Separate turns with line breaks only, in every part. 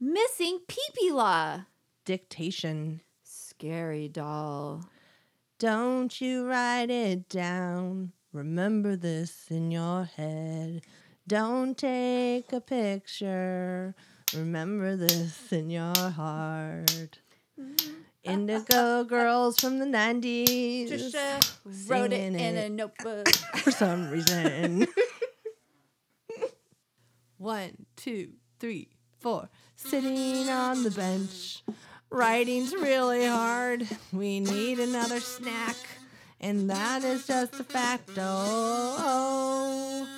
Missing Peepila.
Dictation.
Scary doll.
Don't you write it down. Remember this in your head. Don't take a picture. Remember this in your heart. Indigo girls from the 90s.
Trisha wrote it in
singing
a
it.
notebook.
For some reason.
One, two, three, four.
Sitting on the bench. Writing's really hard. We need another snack. And that is just a oh. facto.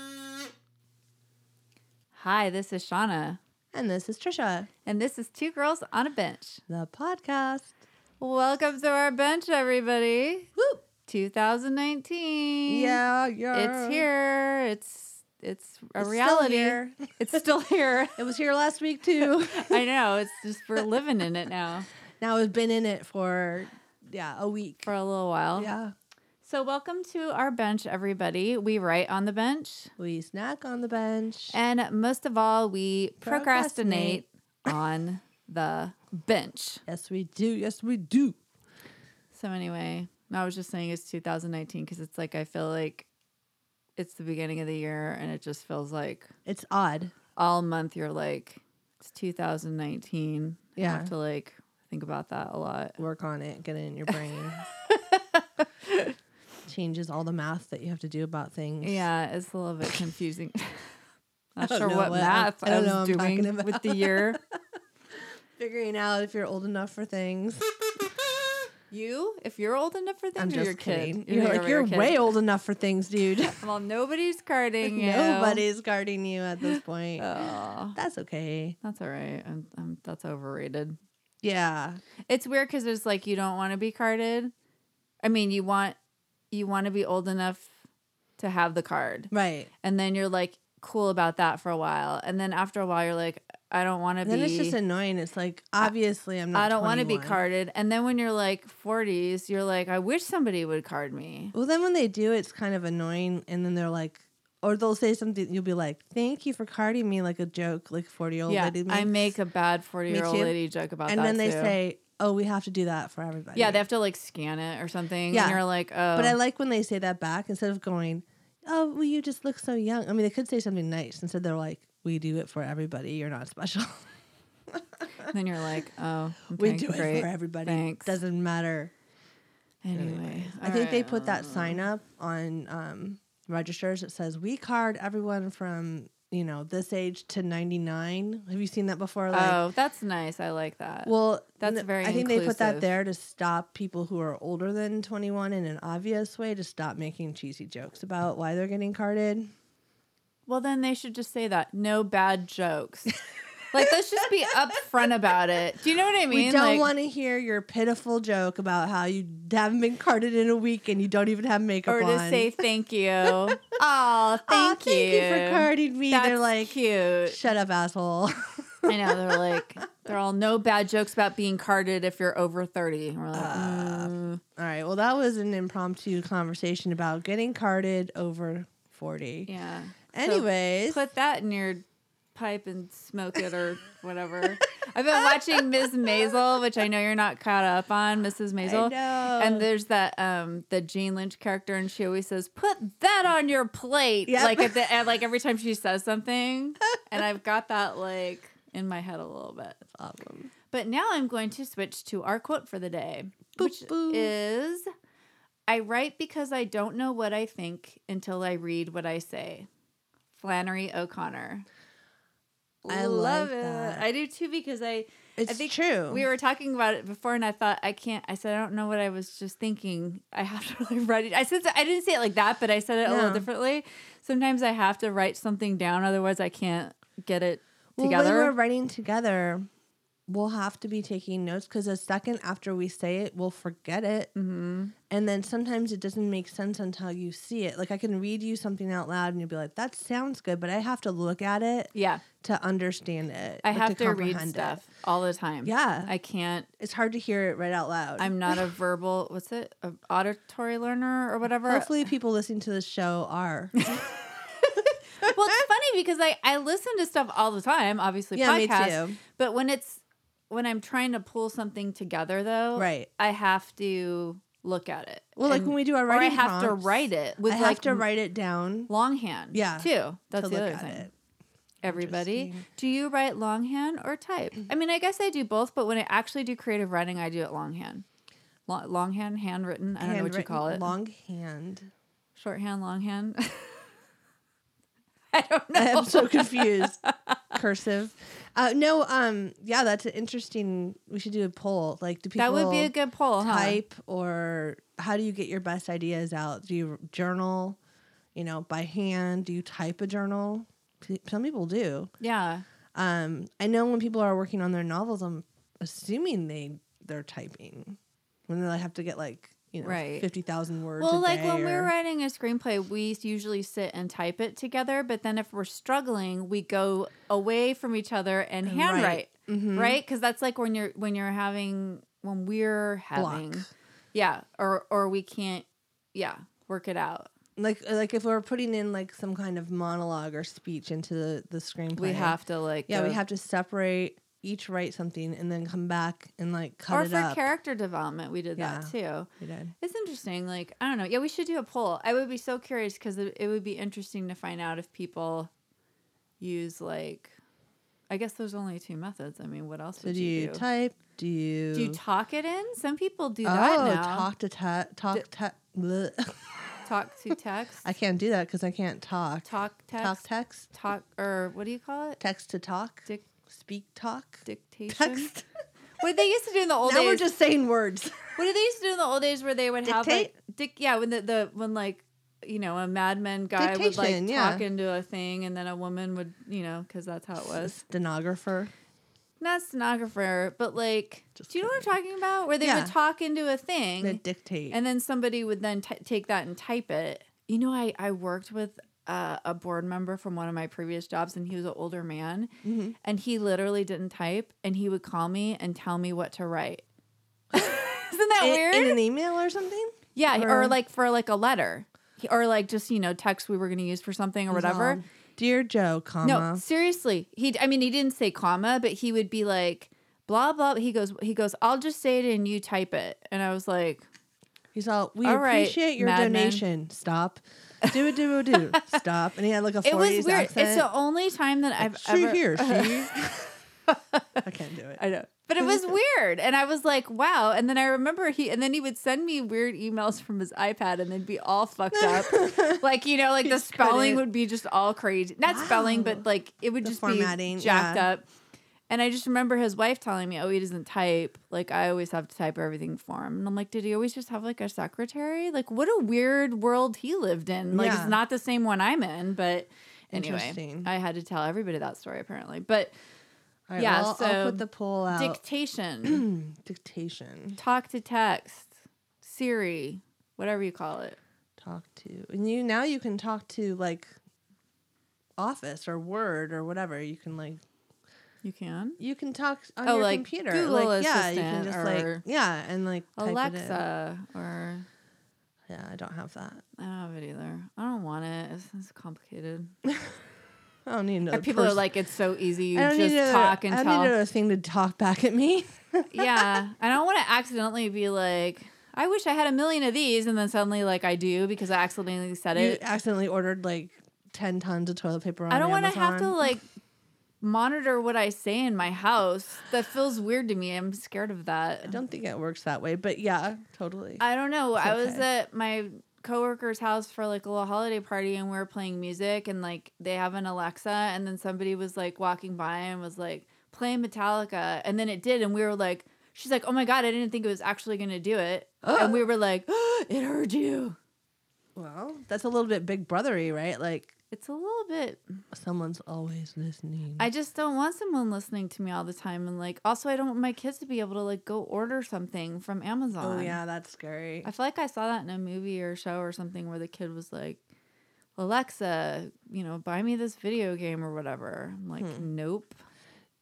Hi, this is Shauna,
And this is Trisha,
and this is Two Girls on a Bench.
the podcast.
Welcome to our bench, everybody.
Woo!
2019.
Yeah, yeah.
It's here. It's it's a
It's still
reality.
here.
It's still here.
It was here last week too.
I know. It's just we're living in it now
now I've been in it for yeah, a week.
for a little while.
yeah.
So welcome to our bench, everybody. We write on the bench,
We snack on the bench.
and most of all, we procrastinate,
Procrastinate.
on the bench.
yes, we do. Yes, we do.
So anyway, I was just saying it's 2019 because it's like I feel like it's the beginning of the year, and it just feels like
It's odd.
all month you're like it's 2019 you
Yeah.
have to like think about that a lot
Work on it. Get it in your brain. Changes all the math that you have to do about things.
yeah it's a little bit confusing not
don't
sure
know
what
what I-
math
I
i,
don't
was
know what I'm talking
doing with the year
Figuring out if you're old enough for things.
you if you're old enough for
I'm
things or
just
your
kidding.
kid
You're, like, you're
kid.
way old enough for things, dude.
well nobody's carding you
Nobody's guarding you at this point.
oh,
That's okay.
that's all right I'm, I'm, that's overrated
Yeah.
it's weird because it's like you don't want to be carded i mean you want you want to be old enough to have the card
Right.
and then you're like cool about that for a while and then after a while you're like i don't want to be
Then it's just annoying. It's like obviously I'm not.
i don't want to be
21.
carded and then when you're like 40s you're like i wish somebody would card me
Well, then when they do, it's kind of annoying, and then they're like, or they'll say something. You'll be like, "Thank you for carding me," like a joke, like forty year old
yeah
lady.
i make
makes.
a bad 40 year old
too.
lady joke about
and
that
then they
too.
say, "Oh, we have to do that for everybody."
yeah they have to like scan it or something
Yeah.
and you're like oh
But I like when they say that back instead of going, "Oh, well, you just look so young." I mean, they could say something nice instead. They're like, "We do it for everybody. You're not special.
then you're like oh
we
okay,
do
great.
it for everybody.
thanks
Doesn't matter."
anyway
I think they put
Oh.
that sign up on um, registers that says we card everyone from you know this age to 99. Have you seen that before? Like,
oh that's nice i like that
well,
that's
n-
very
I think they put that
inclusive.
there to stop people who are older than 21 in an obvious way to stop making cheesy jokes about why they're getting carded.
Well, then they should just say that. No bad jokes. like, let's just be upfront about it. Do you know what I mean?
we don't
Like,
want to hear your pitiful joke about how you haven't been carded in a week and you don't even have makeup
or
on.
to say thank you. oh,
Aw,
thank you.
thank you for carding me.
That's
they're like,
cute.
shut up, asshole.
I know they're like they're all no bad jokes about being carded if you're over thirty. And we're like, "Mm."
All right. Well, that was an impromptu conversation about getting carded over 40.
yeah. So
Anyways,
put that in your pipe and smoke it or whatever. I've been watching Ms. Maisel, which I know you're not caught up on, Mrs. Maisel.
know.
And there's that um the Jean Lynch character, and she always says, "Put that on your plate."
Yep.
Like at the end, like every time she says something, and I've got that like in my head a little bit.
problem.
But now I'm going to switch to our quote for the day,
Boop,
which
boop.
is, "I write because I don't know what I think until I read what I say." Flannery O'Connor.
I like that.
I do too because I
it's
think
true.
we were talking about it before, and I thought I can't. I said I don't know what I was just thinking. I have to really write it. I said I didn't say it like that, but I said it a little
No.
differently. Sometimes I have to write something down, otherwise I can't get it
well,
together.
When we're writing together, we'll have to be taking notes because a second after we say it, we'll forget it.
mm-hmm.
And then sometimes it doesn't make sense until you see it. Like I can read you something out loud and you'll be like, that sounds good, but I have to look at it
Yeah,
to understand it.
I
like,
have to, read
comprehend it.
stuff all the time.
Yeah.
I can't.
It's hard to hear it right out loud.
I'm not a verbal. What's it? A auditory learner or whatever.
Hopefully, people listening to this show are.
well, it's funny because I I listen to stuff all the time, obviously
Yeah, me
podcasts.
too.
But when it's when I'm trying to pull something together though,
Right.
I have to look at it.
Well, like
and-
when we do our
or I
writing,
have to
prompts,
write it with
I have
like
to write it down
longhand.
Yeah,
Too. That's
to
the other
look at
thing.
it.
Everybody,
Interesting. Mm-hmm.
do you write longhand or type? I mean, I guess I do both, but when I actually do creative writing, I do it longhand. Lo- longhand, handwritten. I don't know what you
Handwritten
call it.
Longhand.
Shorthand, longhand. I don't know.
I am so confused. Cursive. Uh, no, um, yeah, that's an interesting. We should do a poll. Like, do people
that would be a good poll, huh?
type or how do you get your best ideas out? Do you journal? You know, by hand? Do you type a journal? P- Some people do.
Yeah.
Um, I know when people are working on their novels, I'm assuming they they're typing when they have to get like you know
Right.
fifty thousand words.
Well,
a
like when
day
we're
or-
writing a screenplay, we usually sit and type it together. But then if we're struggling, we go away from each other and
And
handwrite, right?
write. Mm-hmm.
Because that's like when you're when you're having when we're having,
Block.
yeah, or or we can't, yeah, work it out.
like uh, like if we're putting in like some kind of monologue or speech into the the screenplay,
We have to like
yeah,
go-
we have to separate each write something and then come back and like cut
Or
it
for
up.
character development, we did that too.
We did.
It's interesting. Like, I don't know. Yeah, we should do a poll. I would be so curious because it, it would be interesting to find out if people use, like, I guess there's only two methods. I mean, what else
So
would
do
you,
you
do?
type? Do you
do you talk it in? Some people do that
oh
now. Talk.
talk to ta- talk ta- bleh.
to text.
I can't do that because I can't talk.
talk text.
talk
Talk,
text
or what do you call it?
text to talk
Dic-
speak talk
dictation.
text.
What they used to do in the old
now
days.
we're just saying words.
What did they used to do in the old days where they would have like dic- yeah, when the, the when like you know a Mad Men guy would like
Dictation, yeah.
talk into a thing, and then a woman would you know because that's how it was.
Stenographer.
Not stenographer, but like,
Just
do you know what I'm talking about? Where they
Yeah.
would talk into a
The
thing,
dictate.
Mm-hmm. and then somebody would then t- take that and type it. You know, I I worked with. Uh, a board member from one of my previous jobs, and he was an older man,
Mm-hmm.
and he literally didn't type, and he would call me and tell me what to write. Isn't that
in,
weird?
in an email or something?
Yeah, or,
Or-
like for like a letter, He- or like just you know text we were going to use for something or whatever.
Um, Dear Joe, comma.
No, seriously, he. I mean, he didn't say comma, but he would be like blah blah. He goes, he goes. I'll just say it and you type it. And I was like,
He's all, we
All right,
appreciate your
Mad Men."
donation. Stop. Do it, do it, do. Stop. And he had like a 40s
it was weird.
accent.
It's the only time that I've
she
ever.
here, she. I can't do it.
I know. But it was weird. And I was like, wow. And then I remember he, and then he would send me weird emails from his iPad and they'd be all fucked up. like, you know, like the
just
spelling
couldn't-
would be just all crazy. Not spelling,
Wow.
but like it would
The
just
formatting,
be jacked
yeah.
up. And I just remember his wife telling me, oh, he doesn't type. Like, I always have to type everything for him. And I'm like, did he always just have like a secretary? Like, what a weird world he lived in. Like,
Yeah.
it's not the same one I'm in, but. Anyway,
Interesting.
I had to tell everybody that story apparently. But
All right,
yeah,
well, I'll, I'll
so
put the poll out.
dictation.
Dictation.
talk to text, Siri, whatever you call it.
Talk to. And you now you can talk to like Office or Word or whatever. You can like
You can.
you can talk on
Oh,
your
like
computer.
Google
like yeah, you can
Assistant
just
or
like yeah, and like type it in.
Alexa or
Yeah, I don't have that.
I don't have it either. I don't want it. It's, it's complicated.
I don't need another.
People are
person.
like, it's so easy. You
I don't
just
need another,
talk and
I don't
tell.
need another thing to talk back at me.
yeah, I don't want to accidentally be like, I wish I had a million of these, and then suddenly like I do because I accidentally said
you
it.
accidentally ordered like ten tons of toilet paper. On
I don't
want to
have to like monitor what I say in my house. That feels weird to me. I'm scared of that.
I don't think it works that way, but yeah, totally.
I don't know. I was
okay.
at my coworker's house for like a little holiday party and we were playing music and like they have an Alexa and then somebody was like walking by and was like play Metallica and then it did and we were like she's like, "Oh my god, I didn't think it was actually going to do it." And we were like, "It heard you."
well, that's a little bit Big Brothery, right? Like
It's a little bit mm-hmm.
someone's always listening.
I just don't want someone listening to me all the time and like also I don't want my kids to be able to like go order something from Amazon.
oh yeah, that's scary.
I feel like I saw that in a movie or show or something where the kid was like, Alexa, you know, buy me this video game or whatever. I'm like, nope.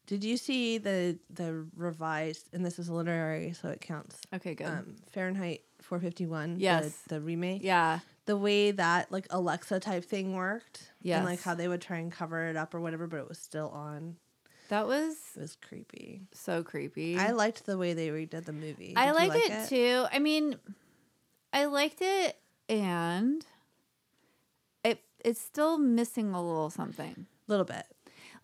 Did you see the the revised? And this is literary, so it counts.
Okay, good.
Um, Fahrenheit 451. the-
Yes.
the remake.
yeah.
the way that like Alexa type thing worked.
Yes.
And like how they would try and cover it up or whatever, but it was still on.
That was
It was creepy.
so creepy.
I liked the way they redid the movie. Did
Mm. I
you
like it, too. I mean, I liked it, and it it's still missing a little something.
A little bit.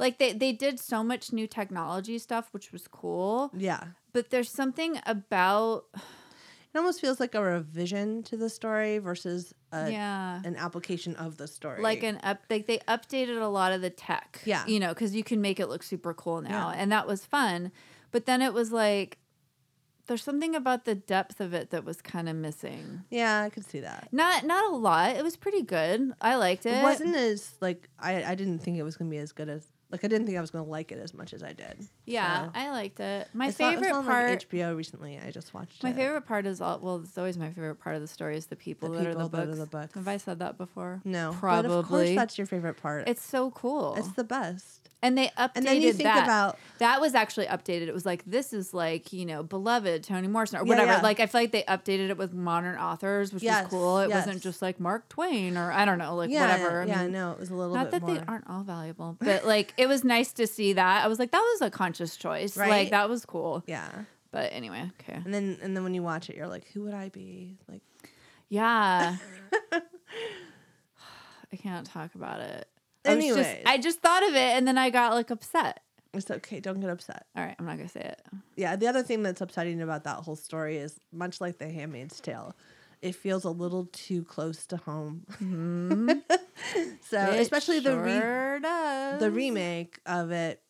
Like they they did so much new technology stuff, which was cool.
Yeah.
But there's something about
It almost feels like a revision to the story versus a,
yeah.
an application of the story.
Like an up, like they updated a lot of the tech.
Yeah.
you know, because you can make it look super cool now,
Yeah.
and that was fun. But then it was like, there's something about the depth of it that was kind of missing.
yeah, I could see that.
Not not a lot. It was pretty good. I liked it.
It wasn't as like I, I didn't think it was gonna be as good as like I didn't think I was gonna like it as much as I did.
Yeah,
So-
I liked it. My
It's not- it's
favorite
on, like,
part.
HBO recently. I just watched
my
it.
favorite part is all. Well, it's always my favorite part of the story is the people,
The
that, are
people
the
that are
books.
the books.
Have I said that before?
No,
probably.
But of course, that's your favorite part.
it's so cool.
it's the best.
and they updated
And then you think
that.
about
that was actually updated. It was like this is like you know beloved Toni Morrison or
Yeah,
whatever.
yeah.
Like I feel like they updated it with modern authors, which
Yes,
was cool. It wasn't
yes.
just like Mark Twain or I don't know, like
yeah,
whatever. I
yeah,
mean,
no, it was a little
not
bit
that
more.
they aren't all valuable, but like it was nice to see that. I was like, that was a conscious choice. Like
Right?
that was cool.
yeah,
But anyway, okay.
and then and then when you watch it, you're like, who would I be? Like,
Yeah. I can't talk about it. I was just-
Anyways.
I just thought of it and then I got like upset.
it's okay. Don't get upset.
All right, I'm not gonna say it.
Yeah, the other thing that's upsetting about that whole story is much like The Handmaid's Tale, it feels a little too close to home. so
Mm-hmm. It
especially the re-
sure does.
the remake of it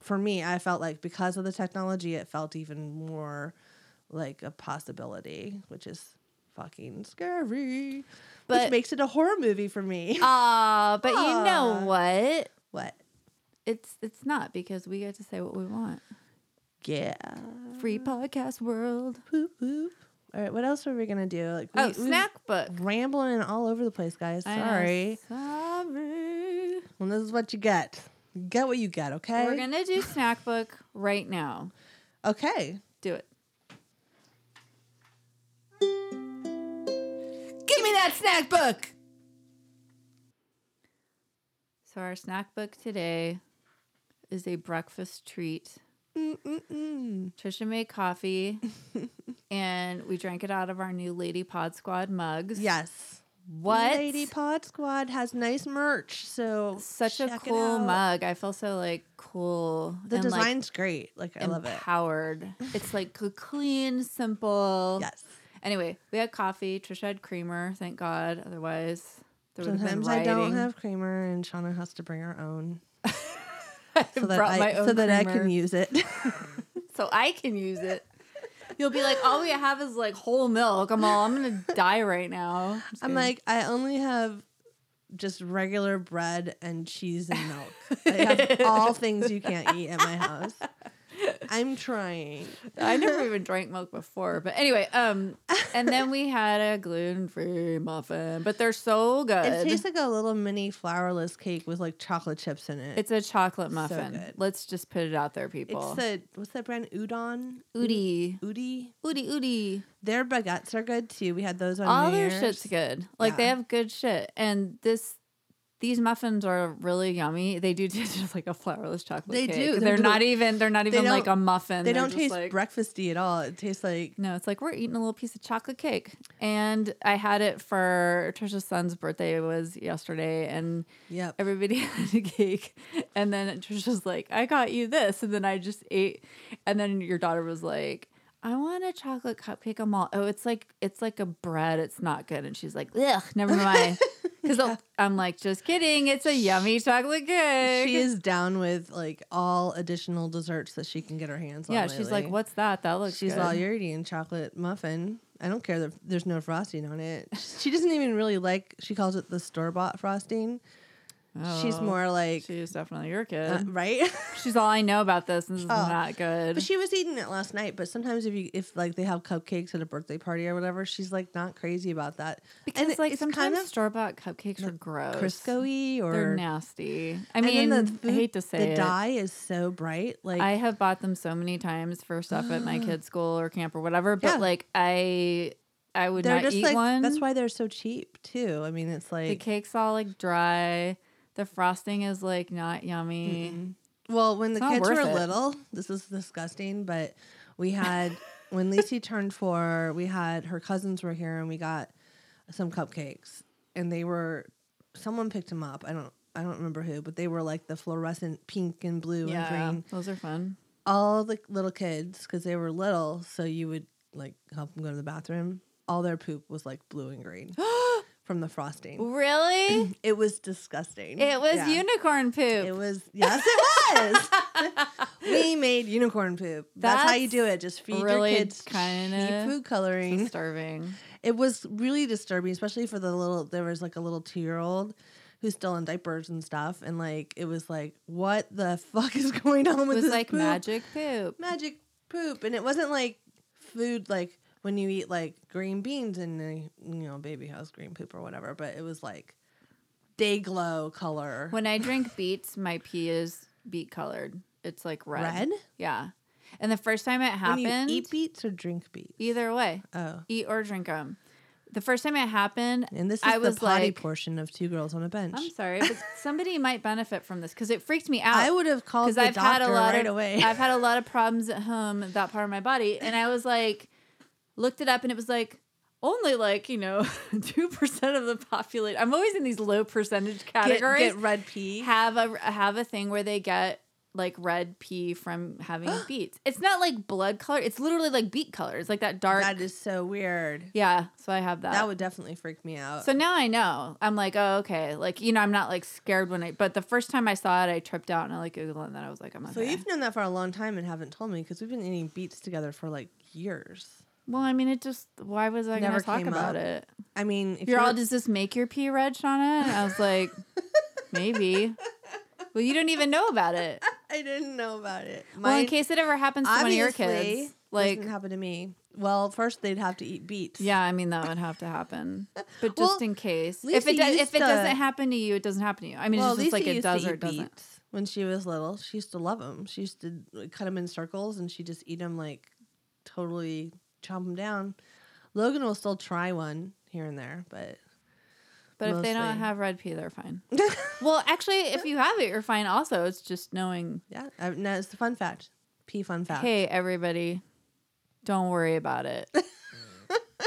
for me i felt like because of the technology it felt even more like a possibility which is fucking scary
But-
which makes it a horror movie for me
Ah, but you know
Aw.
what?
what
It's it's not because we get to say what we want.
yeah
Free podcast world.
poop poop all right what else are we gonna do like we,
oh,
we
snack book.
rambling all over the place guys
I know,
sorry
sorry.
well this is what you get You get what you get okay
We're gonna do snack book right now.
okay
Do it. Give me that snack book. So our snack book today is a breakfast treat.
Mm-mm-mm.
Trisha made coffee, and we drank it out of our new Lady Pod Squad mugs.
yes
what?
Lady Pod Squad has nice merch, so
Such a
check it
cool
out.
mug. I feel so like cool.
The
and, like,
design's great. Like I love it.
empowered. It's like c- clean, simple.
Yes.
Anyway, we had coffee. Trisha had creamer, thank God. Otherwise, there would
Sometimes I
have been
don't
rioting.
have creamer, and Shauna has to bring her own
I
so that
brought
I
my own
so that I
creamer
can use it.
so I can use it. You'll be like, all we have is like whole milk. I'm all, I'm gonna die right now. Just
I'm
kidding.
like, I only have just regular bread and cheese and milk. I have all things you can't eat at my house. I'm trying.
I never even drank milk before, but anyway, um, and then we had a gluten free muffin, but they're so good.
It tastes like a little mini flourless cake with like chocolate chips in it.
it's a chocolate muffin.
good.
Let's just put it out there,
it's
people.
the what's that brand? Udon.
Udi,
Udi.
Udi, Udi.
Their baguettes are good too. We had those on
All
New
their
Year's.
shit's good. Like they
Yeah.
have good shit, and this. These muffins are really yummy. They do taste just like a flourless chocolate.
They
cake.
do.
They're,
They're little-
not even. They're not even like
don't-
a muffin.
They
They're
don't
just
taste
like,
breakfasty at all. It tastes like
No, it's like we're eating a little piece of chocolate cake. And I had it for Trisha's son's birthday was yesterday and
yep.
everybody had a cake. And then Trisha's like, I got you this. And then I just ate and then your daughter was like, I want a chocolate cupcake. I'm all oh, it's like it's like a bread. It's not good. And she's like, Ugh, never mind. Because I'm like, just kidding. It's a yummy chocolate cake.
She is down with like all additional desserts that she can get her hands on.
yeah, she's like,
lately.
what's that? That looks
She's
good.
all you're eating chocolate muffin. I don't care that there's no frosting on it. She doesn't even really like. She calls it the store bought frosting. She's
Oh,
more like
She's definitely your kid.
uh, right.
She's all I know about this, and this is not good.
Oh, but she was eating it last night. But sometimes if you if like they have cupcakes at a birthday party or whatever, she's like not crazy about that.
because
it-
like
it's
sometimes
kind of
store bought cupcakes are gross.
Crisco-y or
They're nasty. I
And then
mean, I
food-
hate to say
the
it.
dye is so bright. Like Ah.
I have bought them so many times for stuff at my kids' school or camp or whatever, but
Yeah.
like I I would
They're
not
just
eat
like
one.
that's why they're so cheap too. I mean, it's
the
like
cake's all like dry. The frosting is like not yummy.
Mm-mm. Well, when the
It's not
kids were
worth it.
little, this is disgusting, but we had when Lacey turned four, we had her cousins were here and we got some cupcakes and they were someone picked them up. I don't I don't remember who, but they were like the fluorescent pink and blue
Yeah,
and green.
those are fun.
All the little kids because they were little, so you would like help them go to the bathroom. All their poop was like blue and green from the frosting.
Really?
It was disgusting.
it was
Yeah.
unicorn poop.
It was yes, it was. we made unicorn poop. That's, how you
That's
do it. Just feed
really
your kids
kinda
cheap food
It's
coloring.
starving.
It was really disturbing, especially for the little. There was like a little two year old who's still in diapers and stuff, and like it was like, what the fuck is going on
It
with
was
this
like
poop?
magic poop.
magic poop, and it wasn't like food like when you eat like green beans in a you know baby house green poop or whatever, but it was like day glow color.
When I drink beets, my pee is beet colored. It's like red.
Red?
Yeah. And the first time it
When
happened,
you eat beets or drink beets?
either way,
Oh.
eat or drink them. The first time it happened,
And this is
I
the
was
potty
like,
portion of two girls on a bench.
I'm sorry, but somebody might benefit from this because it freaked me out.
I would have called
because
the
I've had
doctor
a lot
right
of
away.
I've had a lot of problems at home with that part of my body, and I was like, looked it up, and it was like only like you know two percent of the population. I'm always in these low percentage
get,
categories.
get red pea.
have a have a thing where they get like red pea from having beets. It's not like blood color. It's literally like beet color. It's like that dark.
that is so weird.
yeah, so I have that.
That would definitely freak me out.
Uh, so now I know. I'm like, oh, okay. Like, you know, I'm not like scared when I, but the first time I saw it, I tripped out and I like Googled it and then I was like, I'm okay.
So you've known that for a long time and haven't told me because we've been eating beets together for like years.
Well, I mean, it just. Why was I going
Never
to talk
came
about
up.
it?
I mean, if
You're all,
not-
does this make your pee red, Shauna? And I was like, maybe. Well, you didn't even know about it.
I didn't know about it.
well, in
Mine
case it ever happens to one of your
obviously
kids, like,
doesn't happen to me. Well, first they'd have to eat beets.
yeah, I mean, that would have to happen. But just
Well,
in case, if
Lisa
it does,
used
if it
to-
doesn't happen to you, it doesn't happen to you. I mean, it's just like
Lisa
it
used
does
to
or
eat
it doesn't.
beets When she was little, she used to love them. She used to like, cut them in circles and she just eat them like totally chomp them down. Logan will still try one here and there, but
But if they don't
Mostly.
have red pee, they're fine. well, actually, if you have it, you're fine. Also, it's just knowing,
yeah, I, no, uh, it's a fun fact. Pee fun fact.
hey, everybody, don't worry about it.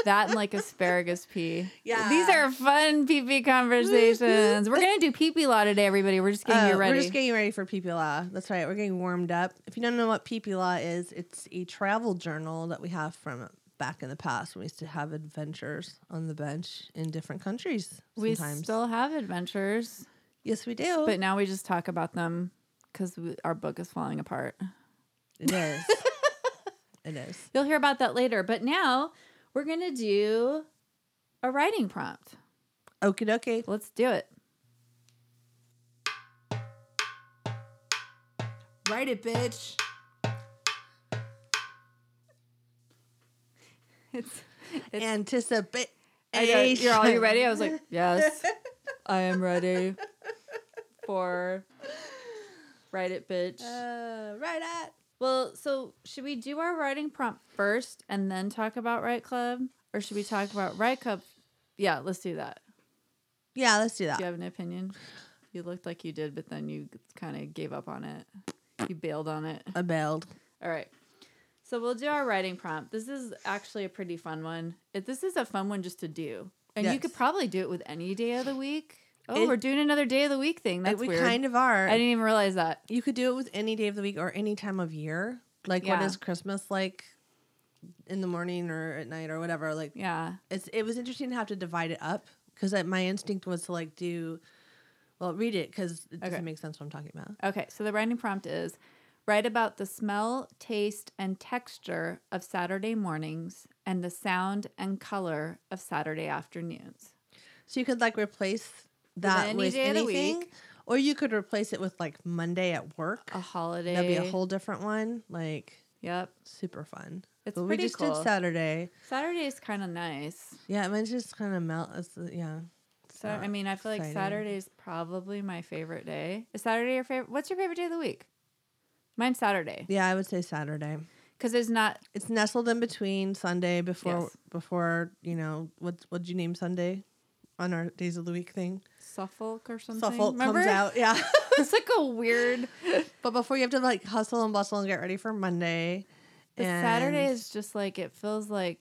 that and like asparagus pee.
Yeah.
These are fun pee pee conversations. we're gonna do pee pee law today, everybody. We're just getting
Oh,
you ready.
We're just getting ready for PPLA. That's right. We're getting warmed up. If you don't know what PPLA is, it's a travel journal that we have from back in the past when we used to have adventures on the bench in different countries.
we
sometimes.
still have adventures,
yes, we do.
but now we just talk about them because our book is falling apart.
it is. it is.
You'll hear about that later. But now we're gonna do a writing prompt.
Okie dokie.
Let's do it.
Write it, bitch.
It's
Anticipate.
I know, you're all you ready? I was like, yes, I am ready for write it, bitch.
Uh, right at.
well, so should we do our writing prompt first and then talk about Write Club, or should we talk about Write Club? Yeah, let's do that.
Yeah, let's do that.
Do you have an opinion? You looked like you did, but then you kind of gave up on it. You bailed on it.
I bailed.
All right. So we'll do our writing prompt. This is actually a pretty fun one. It, this is a fun one just to do. And you
Yes.
could probably do it with any day of the week. Oh,
It-
we're doing another day of the week thing. That's
we
weird.
kind of are.
I didn't even realize that.
you could do it with any day of the week or any time of year. Like,
Yeah.
what is Christmas like in the morning or at night or whatever? Like,
Yeah.
it's it was interesting to have to divide it up because my instinct was to like do, well, read it because it doesn't
Okay.
make sense what I'm talking about.
Okay. So the writing prompt is write about the smell, taste, and texture of Saturday mornings and the sound and color of Saturday afternoons.
So you could like replace that
any
with
day of the
anything,
week.
or you could replace it with like Monday at work.
A holiday.
That'd be a whole different one. Like
Yep.
super fun.
It's
but we
pretty
just
cool.
did Saturday.
Saturday is kind of nice.
Yeah, mine's just kind of melt. It's, uh, yeah,
So
Uh,
I mean, I feel like
exciting.
Saturday's probably my favorite day. Is Saturday your favorite? What's your favorite day of the week? Mine's Saturday
yeah. I would say Saturday.
because it's not
It's nestled in between Sunday before
Yes.
before you know what what would you name Sunday on our days of the week thing.
Suffolk or something.
Suffolk
Remember?
comes out, yeah.
it's like a weird.
but before you have to like hustle and bustle and get ready for Monday.
But Saturday is just like it feels like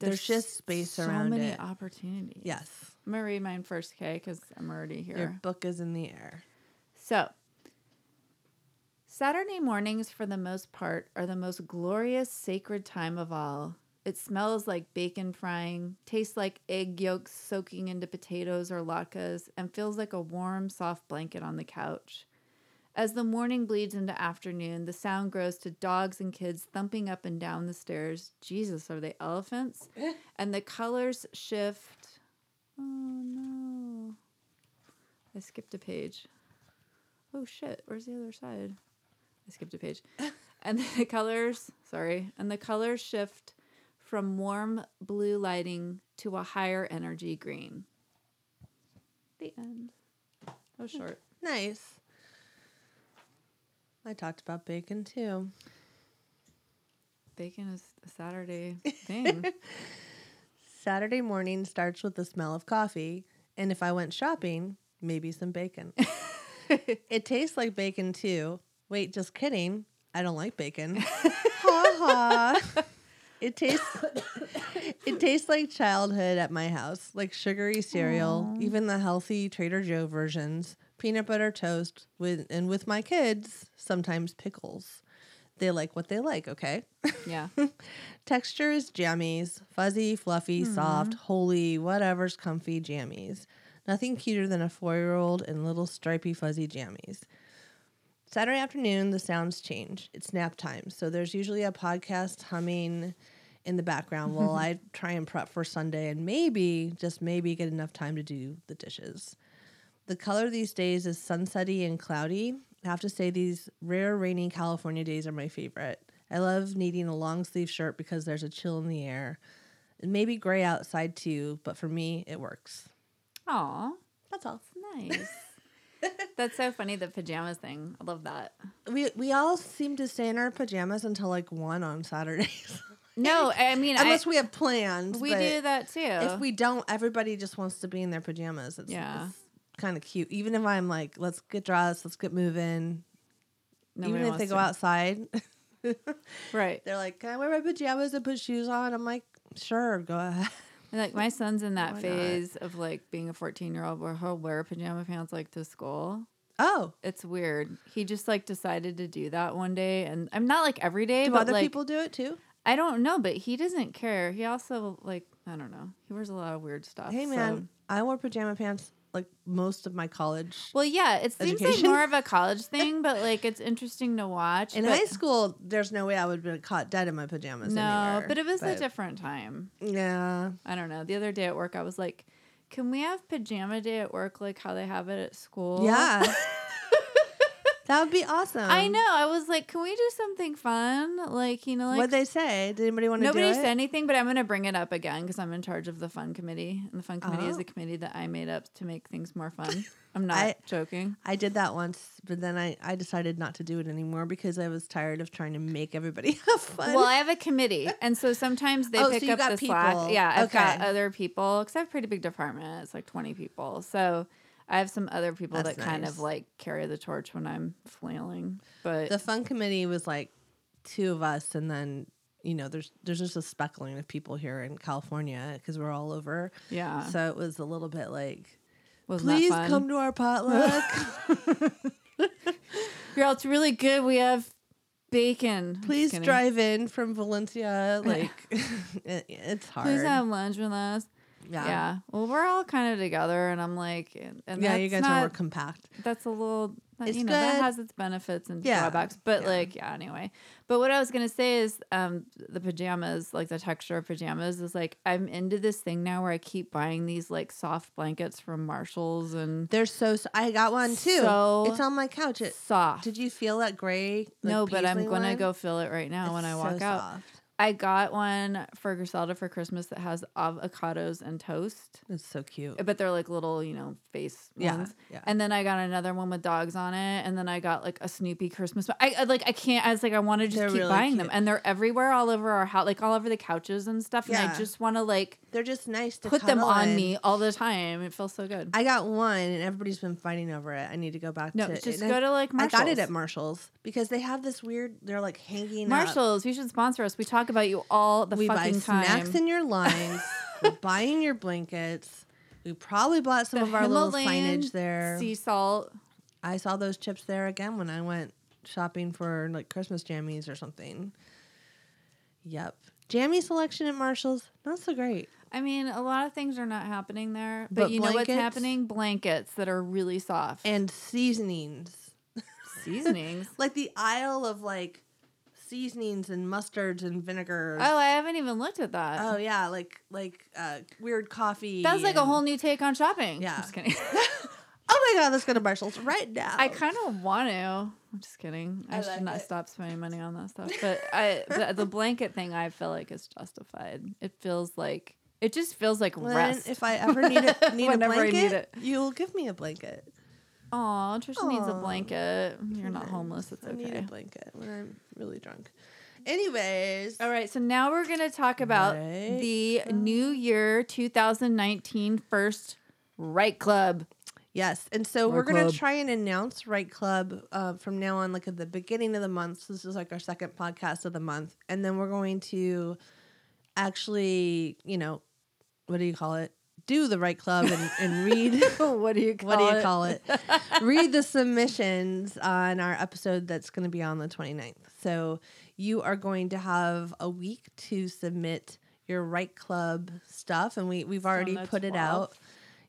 There's just space
so
around
many
it.
opportunities.
yes,
I'm gonna read mine first, okay? Because I'm already here.
your book is in the air.
So, Saturday mornings, for the most part, are the most glorious sacred time of all. It smells like bacon frying, tastes like egg yolks soaking into potatoes or latkes, and feels like a warm, soft blanket on the couch. As the morning bleeds into afternoon, the sound grows to dogs and kids thumping up and down the stairs. Jesus, are they elephants? and the colors shift. Oh no. I skipped a page. Oh shit, where's the other side? I skipped a page. and the colors, sorry, and the colors shift from warm blue lighting to a higher energy green. The end. Oh,
Hmm.
short.
Nice. I talked about bacon too.
Bacon is a Saturday thing.
Saturday morning starts with the smell of coffee, and if I went shopping, maybe some bacon. it tastes like bacon too. Wait, just kidding. I don't like bacon. ha ha. It tastes it tastes like childhood at my house, like sugary cereal, even the healthy Trader Joe versions, peanut butter toast with and with my kids, sometimes pickles. They like what they like, okay?
yeah.
Texture is jammies, fuzzy, fluffy, soft, holy, whatever's comfy jammies. Nothing cuter than a four year old in little stripy, fuzzy jammies. Saturday afternoon, the sounds change. It's nap time. So there's usually a podcast humming in the background while I try and prep for Sunday and maybe, just maybe, get enough time to do the dishes. The color these days is sunsetty and cloudy. I have to say, these rare rainy California days are my favorite. I love needing a long sleeve shirt because there's a chill in the air. It may be gray outside too, but for me, it works.
Aw,
That's all.
nice. That's so funny, the pajamas thing. I love that.
We we all seem to stay in our pajamas until like one on Saturdays,
No, I mean, I,
unless we have plans.
we
but
do that too.
If we don't, everybody just wants to be in their pajamas. It's,
Yeah.
kind of cute. Even if I'm like, let's get dressed, let's get moving.
Nobody
Even if
wants
they go
to.
outside,
Right.
they're like, "Can I wear my pajamas and put shoes on?" I'm like, "Sure, go ahead."
And, like my son's in that
Why not?
phase of like being a 14 year old where he'll wear pajama pants like to school.
Oh,
It's weird. He just like decided to do that one day, and I'm not like every day,
do
but
other
like
people do it too?
I don't know, but he doesn't care. He also like I don't know. He wears a lot of weird stuff.
Hey
so-
man, I wore pajama pants like most of my college.
Well, yeah, it seems like
Education.
more of a college thing, but like it's interesting to watch.
In
but
high school, there's no way I would have been caught dead in my pajamas.
no,
anywhere,
but it was a different time.
Yeah,
I don't know. The other day at work, I was like, "Can we have pajama day at work like how they have it at school?"
yeah. that would be awesome.
I know. I was like, can we do something fun? Like, you know, like
What'd they say? Did anybody want to do
nobody
it?
said anything, but I'm gonna bring it up again because I'm in charge of the fun committee, and the fun committee is
Oh.
a committee that I made up to make things more fun. I'm not
I-
joking.
I did that once, but then I, I decided not to do it anymore because I was tired of trying to make everybody have fun.
Well, I have a committee, and so sometimes they
Oh, so
pick
you
up
got
the slack.
people.
Yeah, I've got
Okay.
other people because I have a pretty big department. It's like 20 people, so I have some other people
That's
that kind
nice.
of like carry the torch when I'm flailing. But
the fun committee was like two of us, and then you know there's there's just a speckling of people here in California because we're all over.
yeah,
So it was a little bit like,
wasn't that
please
fun?
come to our potluck.
Girl, it's really good. We have bacon. I'm just
please
kidding.
drive in from Valencia. Like it, it's hard.
Please have lunch with us. Yeah. Well, we're all kind of together, and I'm like, and and
Yeah,
that's
you guys
not,
are more compact.
That's a little. that-
It's
you know, that
good.
has its benefits and
Yeah.
drawbacks, but
Yeah.
like, yeah. Anyway, but what I was gonna say is, um, the pajamas, like the texture of pajamas, is like I'm into this thing now where I keep buying these like soft blankets from Marshalls and
They're so. s- I got one too.
So
it's on my couch. It,
soft.
did you feel that gray? like,
no, but I'm
paisley
gonna
one?
go feel it right now when
It's
I
so
walk out.
soft.
I got one for Griselda for Christmas that has avocados and toast,
That's so cute.
but they're like little, you know, face
Yeah,
ones.
yeah.
And then I got another one with dogs on it, and then I got like a Snoopy Christmas. I, I like I can't. I was like I want to just
They're
keep
really
buying
cute.
them, and they're everywhere, all over our house, like all over the couches and stuff. And
Yeah.
I just want to like
They're just nice to
put them
cuddle
on
in.
me all the time. It feels so good.
I got one, and everybody's been fighting over it. I need to go back
no,
to.
just
and
go to like
I
Marshalls.
got it at Marshalls because they have this weird. They're like hanging. up.
Marshalls. You should sponsor us. We talk about you all the
we buy
fucking time.
snacks in your lines. we're buying your blankets. We probably bought some
The
of our
Himalayan
little signage there.
sea salt.
I saw those chips there again when I went shopping for like Christmas jammies or something. Yep. Jammy selection at Marshall's, not so great.
I mean, a lot of things are not happening there, but,
But
you know what's
blankets?
happening? Blankets that are really soft
And seasonings.
seasonings.
Like the aisle of like seasonings and mustards and vinegars.
oh, I haven't even looked at that.
Oh, yeah, like like uh, weird coffee.
That's like a
and-
whole new take on shopping.
Yeah.
I'm just kidding.
Oh my god, let's go to Marshalls right now.
I kind of want to. I'm just kidding. I,
I
should
like
not
it.
stop spending money on that stuff. But I, the, the blanket thing, I feel like is justified. It feels like it just feels like
Well, then,
rest.
if I ever need a, need a
Whenever I need
blanket,
it.
you'll give me a blanket.
Aw, Trisha needs a
Aw.
blanket. You're not
Sometimes
homeless. It's
I need a
okay.
blanket when I'm really drunk. Anyways,
All right, so now we're going to talk about
Right
the new year 2019 first Right Club.
yes, and so
Right
we're gonna
Club.
try and announce Right Club uh, from now on, like at the beginning of the month. So this is like our second podcast of the month, and then we're going to actually, you know, what do you call it? Do the Right Club and, and read.
what do you
what do you call it? Read the submissions on our episode that's going to be on the 29th. So you are going to have a week to submit your Right Club stuff, and we we've already
the
put it
12th.
out.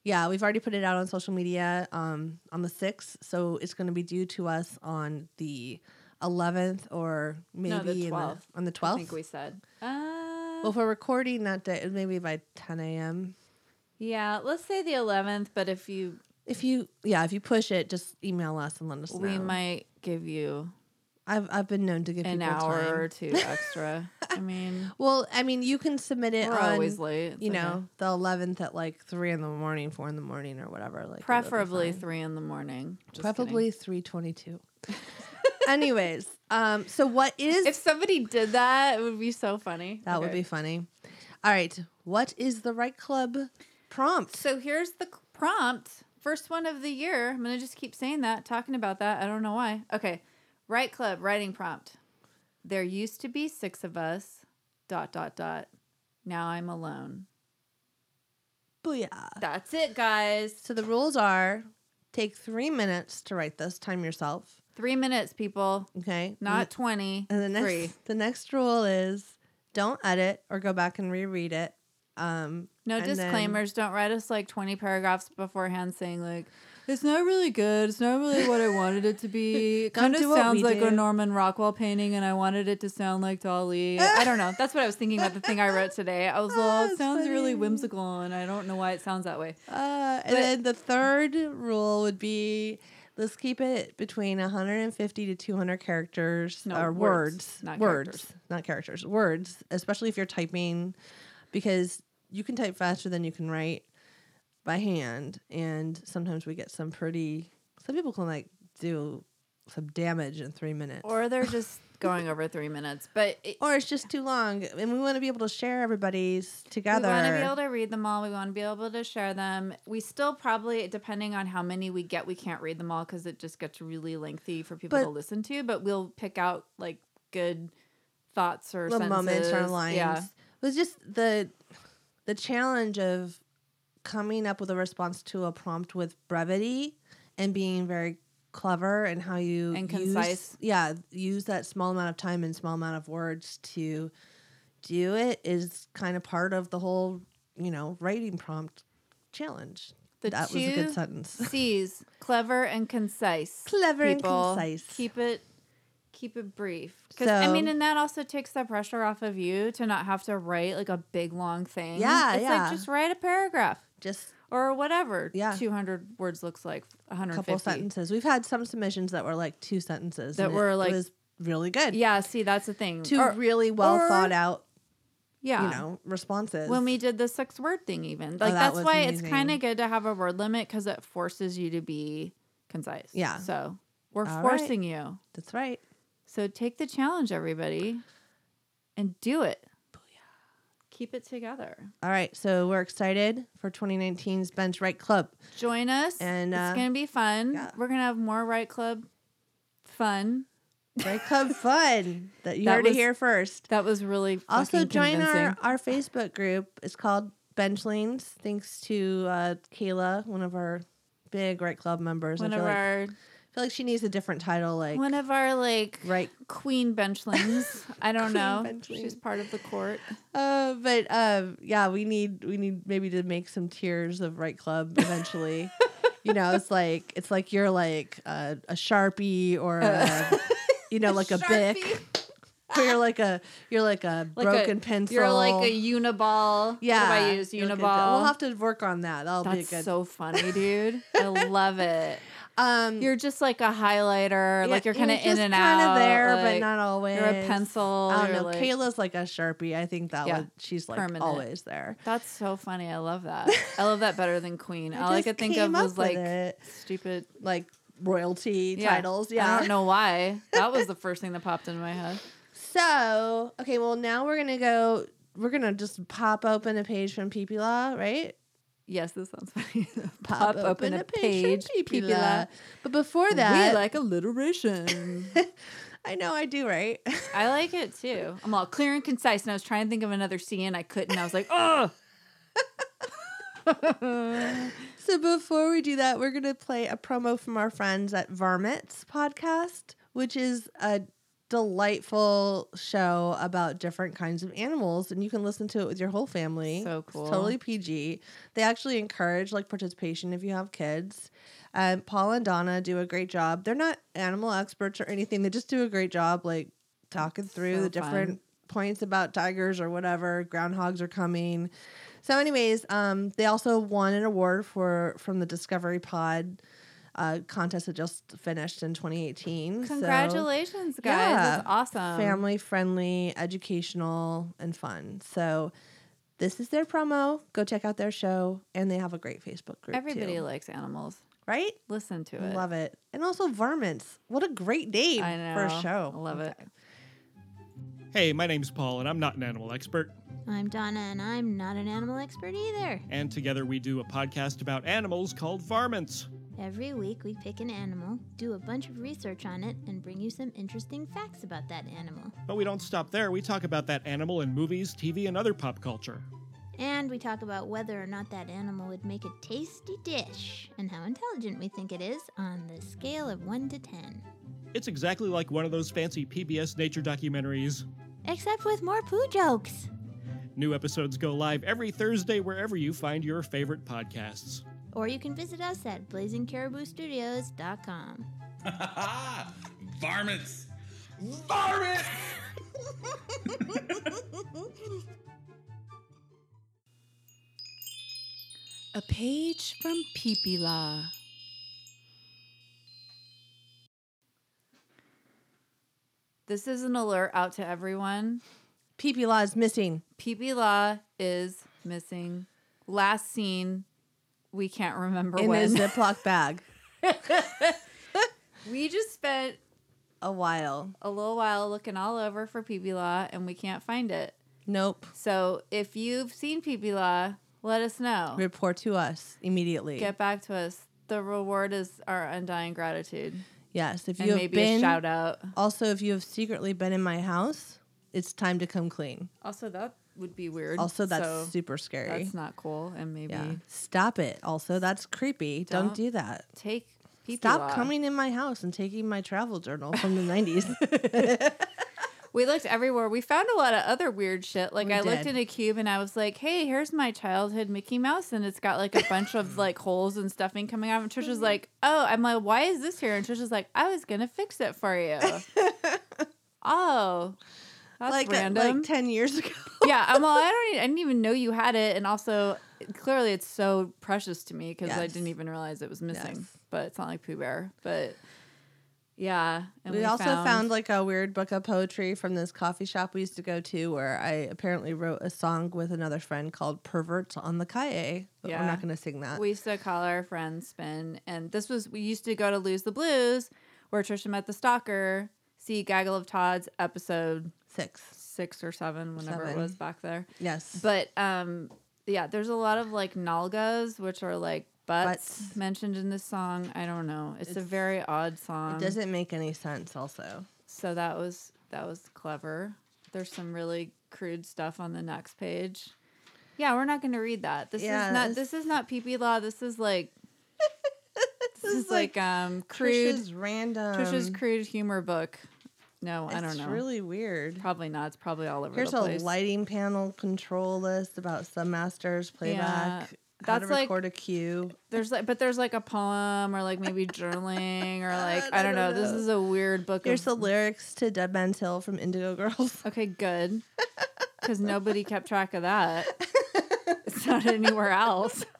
Yeah, we've already put it out on social media um, on the 6th, so it's going to be due to us on the 11th or maybe
No, the
in the-
12th.
on the
I
12th.
think we said.
well,
Uh,
if we're recording that day, maybe by 10 a.m.
yeah, let's say the 11th, but if you,
If you, yeah, if you push it, just email us and let us know.
we might give you
I've I've been known to give
an
people
hour
time.
or two extra. I mean,
Well, I mean, you can submit it
we're
on
always late. It's
you
okay.
know the eleventh at like three in the morning, four in the morning, or whatever. Like it would be
preferably
fine.
three in the morning. Just kidding.
preferably three twenty two. Anyways, um, so what is
If somebody did that, it would be so funny.
that? Would
Okay.
be funny. All right, what is the right club prompt?
So here's the c- prompt. First one of the year. I'm going to just keep saying that, talking about that. I don't know why. Okay. Right Club writing prompt. There used to be six of us, dot, dot, dot. Now I'm alone.
Booyah!
That's it, guys.
Oh, So the rules are: take three minutes to write this. Time yourself.
Three minutes, people,
Okay.
not 20.
And the next
Three.
the next rule is don't edit or go back and reread it. Um,
No
and then-
disclaimers. Don't write us like 20 paragraphs beforehand saying, like, it's not really good. It's not really what I wanted it to be. It
Don't
kind of
do what
sounds
we
like a
do.
Norman Rockwell painting, and I wanted it to sound like Dali. I don't know. That's what I was thinking about the thing I wrote today. I was like,
Ah,
it
it's
sounds really
funny.
whimsical, and I don't know why it sounds that way.
Uh, and
But-
then the third rule would be let's keep it between 150 to 200 characters
No,
or
words,
words,
not
words,
characters.
not characters, words, especially if you're typing, because you can type faster than you can write by hand, and sometimes we get some pretty. Some people can like do some damage in three minutes.
Or they're just going over three minutes. But it,
or it's just too long, and we want to be able to share everybody's
we
together.
want to be able to read them all. We want to be able to share them. We still probably, depending on how many we get, we can't read them all because it just gets really lengthy for people to
But-
listen to. But we'll pick out like good thoughts or
little moments or
sentences.
lines.
Yeah.
It was just the the challenge of coming up with a response to a prompt with brevity and being very clever and how you
And
use-
concise.
yeah, use that small amount of time and small amount of words to do it is kind of part of the whole, you know, writing prompt challenge.
The
that was a good
two-
sentence.
C's clever and concise.
Clever and concise.
Keep it keep it brief. Because I
So-
mean, and that also takes the pressure off of you to not have to write like a big long thing.
Yeah,
it's
yeah.
like just write a paragraph.
Just
or whatever
Yeah.
200 words looks like
a
150
couple sentences. We've had some submissions that were like two sentences
that
and it-
were
it
like
was really good.
Yeah, see, that's the thing.
Two
Or-
really well
or-
thought out,
yeah.
you know, responses.
when we did the six word thing even like
that
that's
was
why it's
amazing.
kind of good to have a word limit because it forces you to be concise
Yeah.
so we're
All right.
forcing you
That's right.
so take the challenge everybody and do it keep it together
All right. So we're excited for 2019's Bench Right Club.
join us
And, uh,
it's gonna be fun
yeah.
we're gonna have more right club fun
Right Club fun that you
That
heard it
was
here first.
that was really
Also,
fucking
join our,
convincing.
our Facebook group. It's called Bench Lanes. Thanks to uh, Kayla, one of our big Right Club members.
one
I
of
feel like,
our
I feel like she needs a different title. Like
one of our like
Right
queen benchlings i don't
Queen
know
benchling.
she's part of the court
Uh, but um, yeah, we need we need maybe to make some tiers of Right Club eventually. you know, it's like it's like you're like uh, a sharpie or a, you know like a bic. Or you're like a you're like a
Like a-
broken pencil.
You're like a uniball.
yeah.
What do I use?
you're like
Uniball.
a- we'll have to work on that. That'll
That's
be a good.
so funny, dude. I love it.
um,
You're just like a highlighter.
yeah,
like you're kind of in
just
and
kinda
out.
there, but
like,
not always.
You're a pencil.
I don't
you're
know.
like-
Kayla's like a sharpie. I think that
Yeah,
one she's like
permanent.
always there.
That's so funny. I love that. I love that better than queen.
I
All I
just
could think of
came up
was
with
like
it.
stupid
like royalty
yeah.
titles. Yeah.
I don't know why. That was the first thing that popped into my head.
So okay, well now we're gonna go. We're gonna just pop open a page from PP Law, right?
Yes, this sounds funny. Pop, open, a page.
PP
Peepee
Law. But before
We
that,
like alliteration.
I know I do, right?
I like it too. I'm all clear and concise, and I was trying to think of another C, and I couldn't. I was like, oh,
so before we do that, we're gonna play a promo from our friends at Varmints Podcast, which is a delightful show about different kinds of animals and you can listen to it with your whole family
So
It's
cool.
totally pg they actually encourage like participation if you have kids um, paul and donna do a great job they're not animal experts or anything they just do a great job like talking through
so
the different points about tigers or whatever groundhogs are coming so anyways um, they also won an award for from the discovery pod uh, contest that just finished in 2018 So-
congratulations, guys!
yeah.
That's awesome.
family friendly, educational, and fun. So this is their promo. Go check out their show, and they have a great Facebook group.
Everybody
too.
likes animals.
right?
Listen to it.
Love it, and also Varmints. What a great name
I know.
for a show.
I love it.
Hey, my name's Paul, and I'm not an animal expert.
I'm Donna, and I'm not an animal expert either.
And together we do a podcast about animals called Varmints.
Every week, we pick an animal, do a bunch of research on it, and bring you some interesting facts about that animal.
But we don't stop there, we talk about that animal in movies, TV, and other pop culture.
And we talk about whether or not that animal would make a tasty dish, and how intelligent we think it is on the scale of 1 to 10.
It's exactly like one of those fancy PBS nature documentaries.
Except with more poo jokes!
New episodes go live every Thursday wherever you find your favorite podcasts.
Or you can visit us at blazingcariboustudios.com.
Varmints! Varmints!
A page from Peepee Law. This is an alert out to everyone.
PP Law is missing.
Peepee Law is missing. Last seen, we can't remember
In a
when.
Ziploc bag.
we just spent
A while.
a little while looking all over for PB Law and we can't find it.
Nope.
So if you've seen PB Law, let us know.
Report to us immediately.
Get back to us. The reward is our undying gratitude
Yes, if you
and
have
maybe
been.
a shout out.
Also, if you have secretly been in my house, it's time to come clean.
Also, that would be weird.
Also, that's
So
super scary.
that's not cool. And maybe
Yeah. Stop it. Also, that's creepy. Don't,
Don't
do that.
take PB
Stop
Law.
coming in my house and taking my travel journal from the 90s.
We looked everywhere. We found a lot of other weird shit. Like
We
I
did.
looked in a cube and I was like, "Hey, here's my childhood Mickey Mouse," and it's got like a bunch of like holes and stuffing coming out. And Trish
Mm-hmm.
was like, "Oh," I'm like, "Why is this here?" And Trish was like, "I was gonna fix it for you." oh, that's
like,
random.
like 10 years ago.
yeah, I'm all. I don't. e- I didn't even know you had it. And also, clearly, it's so precious to me because I
Yes.
didn't even realize it was missing.
Yes.
But it's not like Pooh Bear. But Yeah. And
we, also found... like a weird book of poetry from this coffee shop we used to go to where I apparently wrote a song with another friend called Perverts on the Kaye. But
Yeah.
we're not going to sing that.
we used to call our friends spin and this was we used to go to lose the blues where trisha met the stalker see gaggle of todd's episode
Six.
six or seven whenever it
Seven.
was back there
Yes.
but um yeah there's a lot of like nalgas which are like butts,
Butts.
mentioned in this song i don't know it's, a
It's-
very odd song
it doesn't make any sense, also.
so that was that was clever there's some really crude stuff on the next page yeah we're not going to read that this
Yeah,
is not
this-
this is not pp law this is like this is like, um crude
Trisha's random.
Trisha's crude humor book no i don't
It's
know
really weird.
probably not it's probably all over
Here's
the
a
place
lighting panel control list about submasters, playback, how to
That's like-
record a cue.
there's like but there's like a poem or like maybe journaling or like
God,
i don't know. this
know.
is a weird book
Here's
of-
the lyrics to Dead Man's Hill from Indigo Girls.
Okay, good. Because nobody kept track of that. It's not anywhere else.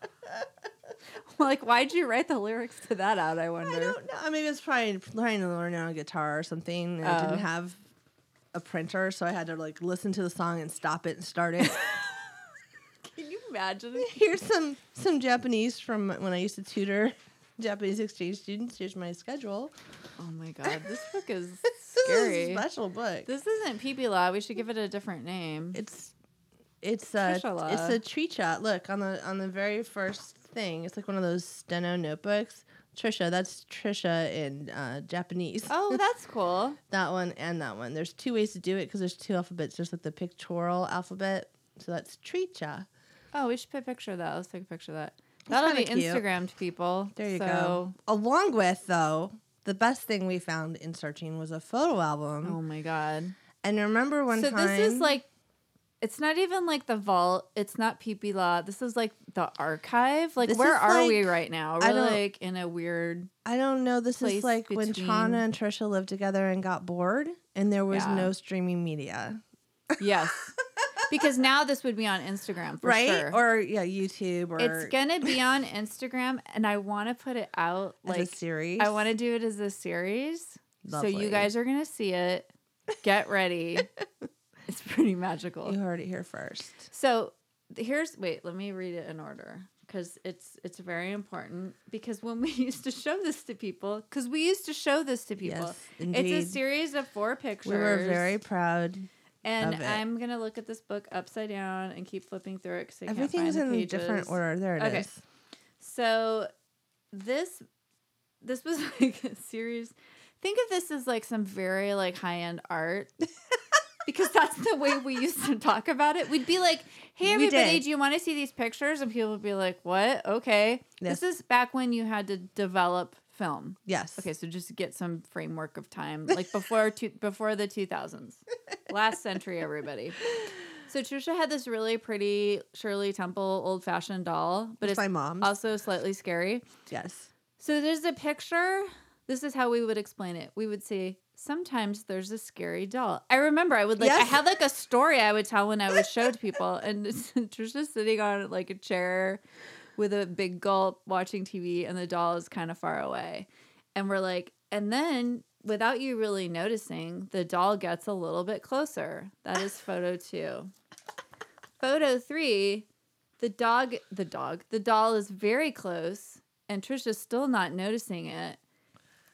like, why'd you write the lyrics to that out? I wonder.
I don't know. I mean, it's probably trying to learn on a guitar or something. And I
Oh.
didn't have a printer, so I had to like listen to the song and stop it and start it.
Can you imagine?
Here's some some Japanese from when I used to tutor Japanese exchange students. Here's my schedule.
Oh my god, this book is
This is
scary.
a special book.
This isn't PB Law. We should give it a different name.
It's it's a
Trishala.
it's a tree chat. Look on the on the very first thing. It's like one of those steno notebooks. Trisha, that's Trisha in uh, Japanese.
Oh, that's cool.
That one and that one. There's two ways to do it because there's two alphabets. There's like the pictorial alphabet, so that's Tricha.
Oh, we should put a picture of that. Let's take a picture of that.
That's
That'll be
kinda cute.
Instagrammed, people.
There you
so,
go. Along with though, the best thing we found in searching was a photo album.
Oh my god.
And remember one
so
time,
this is like it's not even like the vault it's not pp law this is like the archive like
This
where
is
are
like-
we right now
I
we're
don't-
like in a weird
I don't know. This
place
is like when
between-
Chana and Trisha lived together and got bored, and there was
Yeah.
no streaming media.
yes because now this would be on instagram for
right
sure.
or yeah youtube or
it's gonna be on instagram and i want to put it out
as
like
a series
i want to do it as a series so you
Lovely.
guys are gonna see it get ready it's pretty magical
you heard it here first
So th- here's wait, let me read it in order because it's it's very important because when we used to show this to people because we used to show this to people
Yes,
it's
indeed.
a series of four pictures
we were very proud
and
of it.
i'm gonna look at this book upside down and keep flipping through it because
everything's in a different order there it is.
Okay. so this this was like a series. Think of this as like some very like high end art. because that's the way we used to talk about it. We'd be like, "Hey
We
everybody,
did.
do you want to see these pictures?" and people would be like, "What? Okay."
Yes.
This is back when you had to develop film.
yes
Okay, so just get some framework of time, like before two, before the two thousands, last century, everybody. So Trisha had this really pretty Shirley Temple old fashioned doll, but
It's
it's
my mom's.
also slightly scary.
yes
So there's a picture. This is how we would explain it. We would say sometimes there's a scary doll. I remember I would like I
Yes.
had like a story I would tell when I would show to people, and Trisha's sitting on like a chair with a big gulp watching TV, and the doll is kind of far away, and we're like, and then without you really noticing, the doll gets a little bit closer. That is photo two. Photo three, the dog, the dog, the doll is very close, and Trisha's still not noticing it.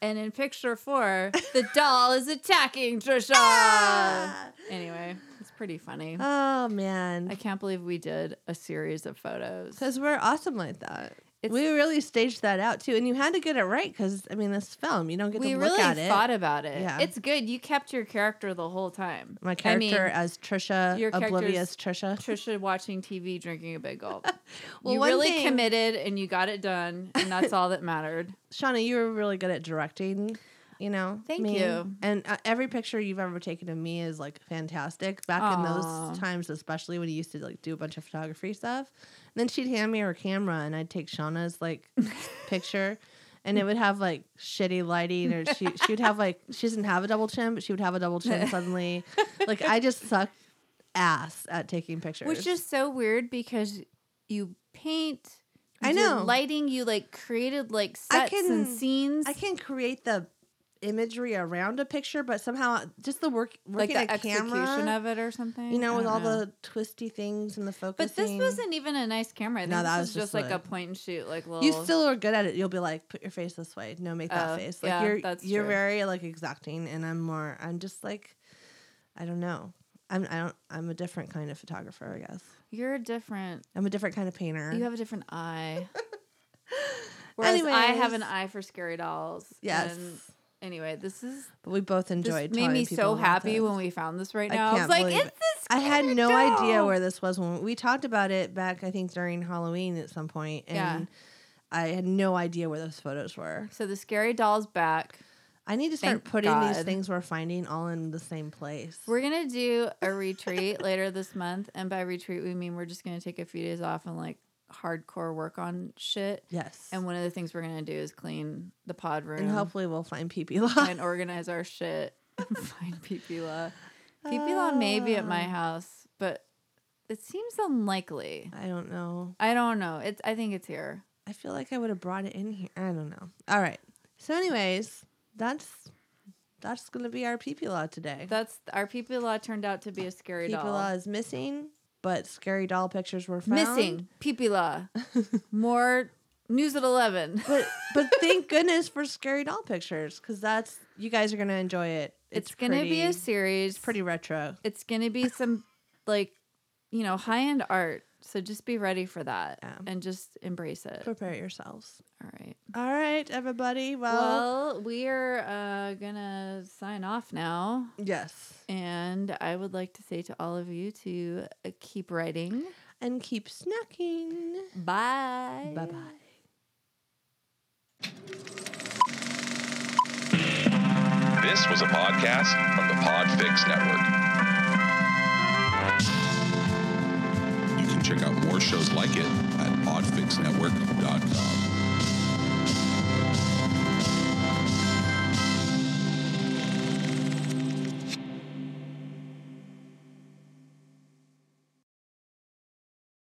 And in picture four, the doll is attacking Trisha. anyway, it's pretty funny.
oh
I
man
can't believe we did a series of photos.
because we're awesome like that
It's-
we really staged that out too and you had to get it right because i mean this film you don't get
We
to look
really
at it
thought about it.
Yeah.
It's good. You kept your character the whole time.
my character
I mean,
as trisha
your character's-
oblivious trisha
Trisha watching TV, drinking a big gulp.
Well,
you
one
really
thing-
committed and you got it done, and that's all that mattered.
Shauna, you were really good at directing. You know,
Thank
me.
you.
And uh, every picture you've ever taken of me is like fantastic. Back in
Aw.
those times, especially when you used to like do a bunch of photography stuff, and then she'd hand me her camera, and I'd take Shauna's like picture, and it would have like shitty lighting, or she she would have like she doesn't have a double chin, but she would have a double chin suddenly. like I just sucked ass at taking pictures.
Which is so weird because you paint.
I
you did
know.
lighting. You like created like
I
sets and
can-
scenes.
I can create the imagery around a picture, but somehow just the work
like
working
the
a
execution
camera,
of it or something.
you know,
I
with
don't
all
know.
the twisty things and the focus.
But this wasn't even a nice camera. I think
No, that
this
was
was just
just
like,
like-
a point and shoot, like little.
You still are good at it. You'll be like, put your face this way. No, make that
Oh,
face. Like
yeah,
you're
that's
you're
true.
very like exacting, and I'm more. I'm just like, I don't know. I'm I don't. I'm a different kind of photographer, I guess.
You're different.
I'm a different kind of painter.
You have a different eye. Whereas I have an
Anyways.
eye for scary dolls.
yes,
And anyway, this is
but we both
this
enjoyed.
made me
telling people
so
about
happy
this.
when we found this right
I
now. I, was
can't
like,
believe
it's this.
I had
scary
no idea
doll!"
where this was when we talked about it back. I think during Halloween at some point, and
Yeah.
I had no idea where those photos were.
So the scary doll's back.
I need to start
Thank
putting these
God.
things we're finding all in the same place.
We're gonna do a retreat later this month, and by retreat we mean we're just gonna take a few days off and like hardcore work on shit.
yes,
And one of the things we're gonna do is clean the pod room
and hopefully we'll find PP Law.
and organize our shit and find Pipila. Pipila may be at my
Ah.
house, but it seems unlikely.
I don't know.
I don't know. It's I think it's here.
I feel like I would have brought it in here. I don't know. All right. So, anyways, that's that's gonna be our PP Law today.
That's our Pipila turned out to be a scary
PP
doll.
Law is missing, but scary doll pictures were found.
Missing Pipila. More news at eleven.
but but thank goodness for scary doll pictures because that's you guys are gonna enjoy it.
It's, gonna be a
pretty-
series.
it's pretty retro.
it's gonna be some like you know high end art so just be ready for that
Yeah.
and just embrace it all
Prepare yourselves.
right
All right, everybody. Well,
well we are uh, gonna sign off now
yes,
and i would like to say to all of you to uh, keep writing
and keep snacking.
bye
Bye bye.
This was a podcast from the Podfix Network. You can check out more shows like it at podfixnetwork.com.